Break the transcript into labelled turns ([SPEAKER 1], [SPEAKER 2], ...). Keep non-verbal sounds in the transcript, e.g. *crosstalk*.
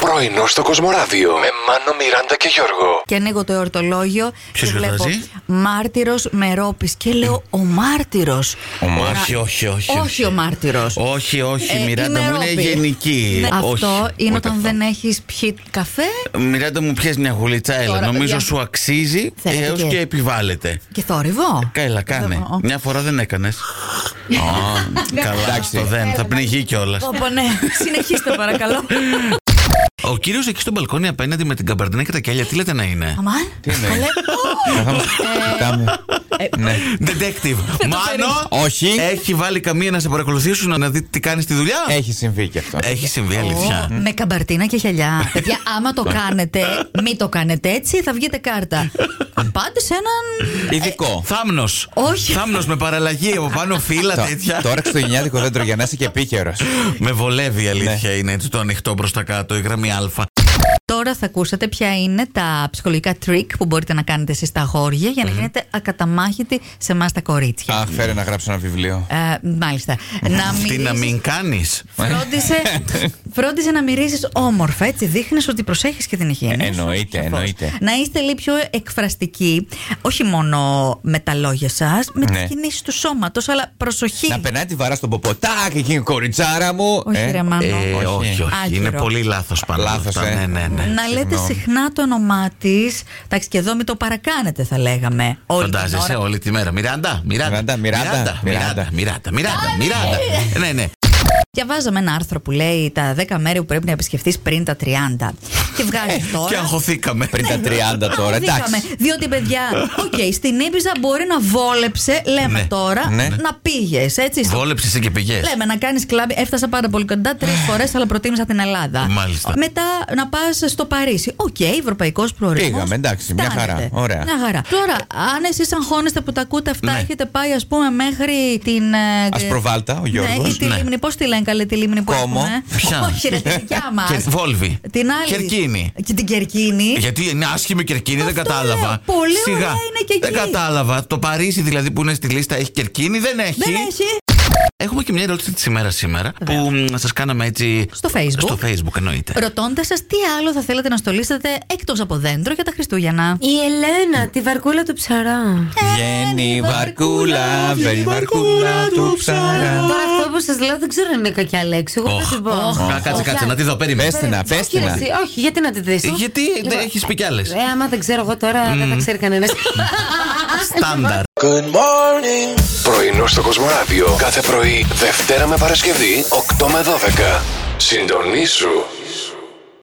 [SPEAKER 1] Πρωινό στο Κοσμοράδιο με Μάνο, Μιράντα και Γιώργο.
[SPEAKER 2] Και ανοίγω το εορτολόγιο
[SPEAKER 3] Ποιος
[SPEAKER 2] και βλέπω
[SPEAKER 3] γιορτάζει?
[SPEAKER 2] Μάρτυρο Μερόπη. Και λέω Ο Μάρτυρος.
[SPEAKER 3] Ο Μάρτυρος. Όχι, όχι, όχι,
[SPEAKER 2] Όχι
[SPEAKER 3] όχι.
[SPEAKER 2] ο Μάρτυρος.
[SPEAKER 3] Όχι, όχι,
[SPEAKER 2] Ε,
[SPEAKER 3] Μιράντα
[SPEAKER 2] είμαι
[SPEAKER 3] μου είναι
[SPEAKER 2] ρόπη.
[SPEAKER 3] γενική.
[SPEAKER 2] Ναι.
[SPEAKER 3] Όχι,
[SPEAKER 2] Αυτό είναι
[SPEAKER 3] ούτε
[SPEAKER 2] όταν
[SPEAKER 3] αυτό.
[SPEAKER 2] δεν έχεις πιει καφέ
[SPEAKER 3] Μιράντα μου πιες μια γουλίτσα, έλα.
[SPEAKER 2] Τώρα,
[SPEAKER 3] Νομίζω
[SPEAKER 2] παιδιά.
[SPEAKER 3] σου αξίζει
[SPEAKER 2] Θέλετε
[SPEAKER 3] έως
[SPEAKER 2] και-
[SPEAKER 3] και επιβάλλεται.
[SPEAKER 2] και θόρυβο.
[SPEAKER 3] Καίλα, κάνε.
[SPEAKER 2] Ω, ω.
[SPEAKER 3] Μια φορά δεν
[SPEAKER 2] *laughs*
[SPEAKER 3] έκανες. Α, Καλά, στο δεν. Θα πνιγεί κιόλας.
[SPEAKER 2] Πω, πω, ναι.
[SPEAKER 3] *laughs*
[SPEAKER 2] Συνεχίστε παρακαλώ.
[SPEAKER 3] Ο κύριος εκεί στο μπαλκόνι απέναντι με την καμπαρντινά και τα κέλια, τι λέτε να είναι.
[SPEAKER 2] Αμάν.
[SPEAKER 4] Τι είναι?
[SPEAKER 2] Καλέ. Ω,
[SPEAKER 4] Θα μας κοιτάμε. Ναι.
[SPEAKER 3] Detective. Μάνο,
[SPEAKER 4] Όχι,
[SPEAKER 3] έχει βάλει καμία να σε παρακολουθήσουν να δει τι κάνεις στη δουλειά.
[SPEAKER 4] έχει συμβεί και αυτό.
[SPEAKER 3] Έχει συμβεί αλήθεια.
[SPEAKER 2] Με καμπαρτίνα και χελιά. Παιδιά, άμα το κάνετε, μην το κάνετε έτσι, θα βγείτε κάρτα. Πάτε σε έναν.
[SPEAKER 4] ε, Ειδικό.
[SPEAKER 3] Θάμνος.
[SPEAKER 2] Όχι.
[SPEAKER 3] Θάμνος με παραλλαγή από πάνω φύλλα
[SPEAKER 4] Ε, Το-
[SPEAKER 3] τέτοια.
[SPEAKER 4] Το όρεξε το γενιάτικο δέντρο για να είσαι και επίκαιρος.
[SPEAKER 3] Με βολεύει η
[SPEAKER 4] Ναι.
[SPEAKER 3] αλήθεια είναι έτσι το ανοιχτό προς τα κάτω, η γραμμή Α.
[SPEAKER 2] Τώρα θα ακούσατε ποια είναι τα ψυχολογικά trick που μπορείτε να κάνετε εσείς στα αγόρια για να γίνετε ακαταμάχητοι σε εμάς τα κορίτσια.
[SPEAKER 4] Αχ, φέρε να γράψω ένα βιβλίο.
[SPEAKER 2] Ε, μάλιστα. να
[SPEAKER 3] Τι να
[SPEAKER 2] μυρίσεις-
[SPEAKER 3] μην κάνεις.
[SPEAKER 2] Φρόντισε, φρόντισε να μυρίσει όμορφα, έτσι. Δείχνεις ότι προσέχεις και την υγιεινή.
[SPEAKER 4] Ε,
[SPEAKER 2] σου,
[SPEAKER 4] εννοείται,
[SPEAKER 2] σαφώς.
[SPEAKER 4] εννοείται.
[SPEAKER 2] Να είστε λίγο πιο εκφραστικοί, όχι μόνο με τα λόγια σας, με τις
[SPEAKER 4] Ναι.
[SPEAKER 2] κινήσεις του σώματος, αλλά προσοχή.
[SPEAKER 4] Να περνάει τη βαρά στον ποποτάκ, εκείνη η κοριτσάρα μου.
[SPEAKER 2] Όχι,
[SPEAKER 4] Ε,
[SPEAKER 2] ρε, μάνο.
[SPEAKER 3] Ε, όχι,
[SPEAKER 4] όχι.
[SPEAKER 3] όχι. Είναι
[SPEAKER 2] Άκυρο.
[SPEAKER 3] πολύ λάθος πάνω.
[SPEAKER 4] Λάθος,
[SPEAKER 3] αυτά.
[SPEAKER 4] ε.
[SPEAKER 3] Ναι, ναι, ναι.
[SPEAKER 2] Να λέτε
[SPEAKER 4] συγγνώμη.
[SPEAKER 2] συχνά το όνομά της. Εντάξει, και εδώ μην το παρακάνετε, θα λέγαμε. Όλη την
[SPEAKER 3] Φαντάζεσαι
[SPEAKER 2] ώρα.
[SPEAKER 3] όλη τη μέρα. Μιράντα, Μιράντα.
[SPEAKER 4] Μιράντα, Μιράντα,
[SPEAKER 3] Μιράντα, Μιράντα, Μιράντα, Μιράντα. Ναι, ναι.
[SPEAKER 2] Διαβάζαμε ένα άρθρο που λέει τα 10 μέρη που πρέπει να επισκεφτεί πριν τα 30. Και
[SPEAKER 4] Ε,
[SPEAKER 2] βγάζει τώρα.
[SPEAKER 3] Και αγχωθήκαμε.
[SPEAKER 4] Πριν τα *laughs* 30 τώρα,
[SPEAKER 2] Αγχωθήκαμε.
[SPEAKER 4] εντάξει.
[SPEAKER 2] Διότι, παιδιά, οκ, στην Ήμπιζα μπορεί να βόλεψε, λέμε
[SPEAKER 3] Ναι.
[SPEAKER 2] τώρα,
[SPEAKER 4] Ναι.
[SPEAKER 2] να πήγες. Έτσι, στο-
[SPEAKER 3] Βόλεψε εσύ και πηγέ.
[SPEAKER 2] Λέμε να κάνεις κλαμπ. Έφτασα πάρα πολύ κοντά τρεις
[SPEAKER 4] Ε.
[SPEAKER 2] φορές, αλλά προτίμησα την Ελλάδα.
[SPEAKER 3] Μάλιστα.
[SPEAKER 2] Μετά να πας στο Παρίσι. Οκ, ευρωπαϊκός προορισμός.
[SPEAKER 4] Πήγαμε, εντάξει, μια χαρά. Ωραία.
[SPEAKER 2] Μια χαρά. Τώρα, αν εσείς αγχώνεστε που τα ακούτε αυτά,
[SPEAKER 3] Ναι.
[SPEAKER 2] έχετε πάει, ας πούμε, μέχρι την. ε,
[SPEAKER 4] Ασπροβάλτα, ο Γιώργο.
[SPEAKER 2] Ναι, ή τη
[SPEAKER 3] Ναι.
[SPEAKER 2] λίμνη. Πώ τη λένε καλή τη λίμνη που
[SPEAKER 4] Κόμο.
[SPEAKER 2] έχουμε. ε?
[SPEAKER 3] Ποια?
[SPEAKER 2] Όχι, ρε, τη
[SPEAKER 4] *laughs*
[SPEAKER 2] δικιά μα.
[SPEAKER 3] Κερ- Βόλβη.
[SPEAKER 2] Την άλλη.
[SPEAKER 3] Κερκίνη.
[SPEAKER 2] Και την Κερκίνη.
[SPEAKER 3] Ε, Γιατί είναι άσχημη κερκίνη, δεν
[SPEAKER 2] Αυτό
[SPEAKER 3] κατάλαβα.
[SPEAKER 2] λέω. Πολύ
[SPEAKER 3] Σιγά.
[SPEAKER 2] ωραία είναι και
[SPEAKER 3] Δεν
[SPEAKER 2] εκεί.
[SPEAKER 3] κατάλαβα. Το Παρίσι δηλαδή που είναι στη λίστα έχει κερκίνη, δεν έχει.
[SPEAKER 2] Δεν έχει.
[SPEAKER 3] Έχουμε και μια ερώτηση της ημέρας σήμερα που σας κάναμε έτσι.
[SPEAKER 2] Στο Facebook.
[SPEAKER 3] Στο Facebook εννοείται.
[SPEAKER 2] Ρωτώντας σας τι άλλο θα θέλετε να στολίσετε εκτός από δέντρο για τα Χριστούγεννα.
[SPEAKER 5] Η Ελένα, τη βαρκούλα του ψαρά.
[SPEAKER 4] Βγαίνει η βαρκούλα, βγαίνει η βαρκούλα του ψαρά.
[SPEAKER 5] Τώρα αυτό που σας λέω δεν ξέρω αν είναι κακιά λέξη. Εγώ
[SPEAKER 3] Οχ.
[SPEAKER 5] θα την πω.
[SPEAKER 3] Κα- Κάτσε, κάτσε, να τη δω, περίμενε.
[SPEAKER 4] Πες την, να, πες
[SPEAKER 5] Όχι,
[SPEAKER 4] την.
[SPEAKER 5] ρε,
[SPEAKER 4] να.
[SPEAKER 5] εσύ, όχι, γιατί να τη δεις.
[SPEAKER 3] Ε, Γιατί
[SPEAKER 2] Λοιπόν.
[SPEAKER 3] έχεις πει κι άλλες.
[SPEAKER 5] Ε, άμα δεν ξέρω εγώ τώρα, δεν θα ξέρει κανένας.
[SPEAKER 3] Στάνταρ.
[SPEAKER 1] Πρωινό στο Κοσμοράδιο κάθε πρωί, Δευτέρα με Παρασκευή, 8 με 12. Συντονίσου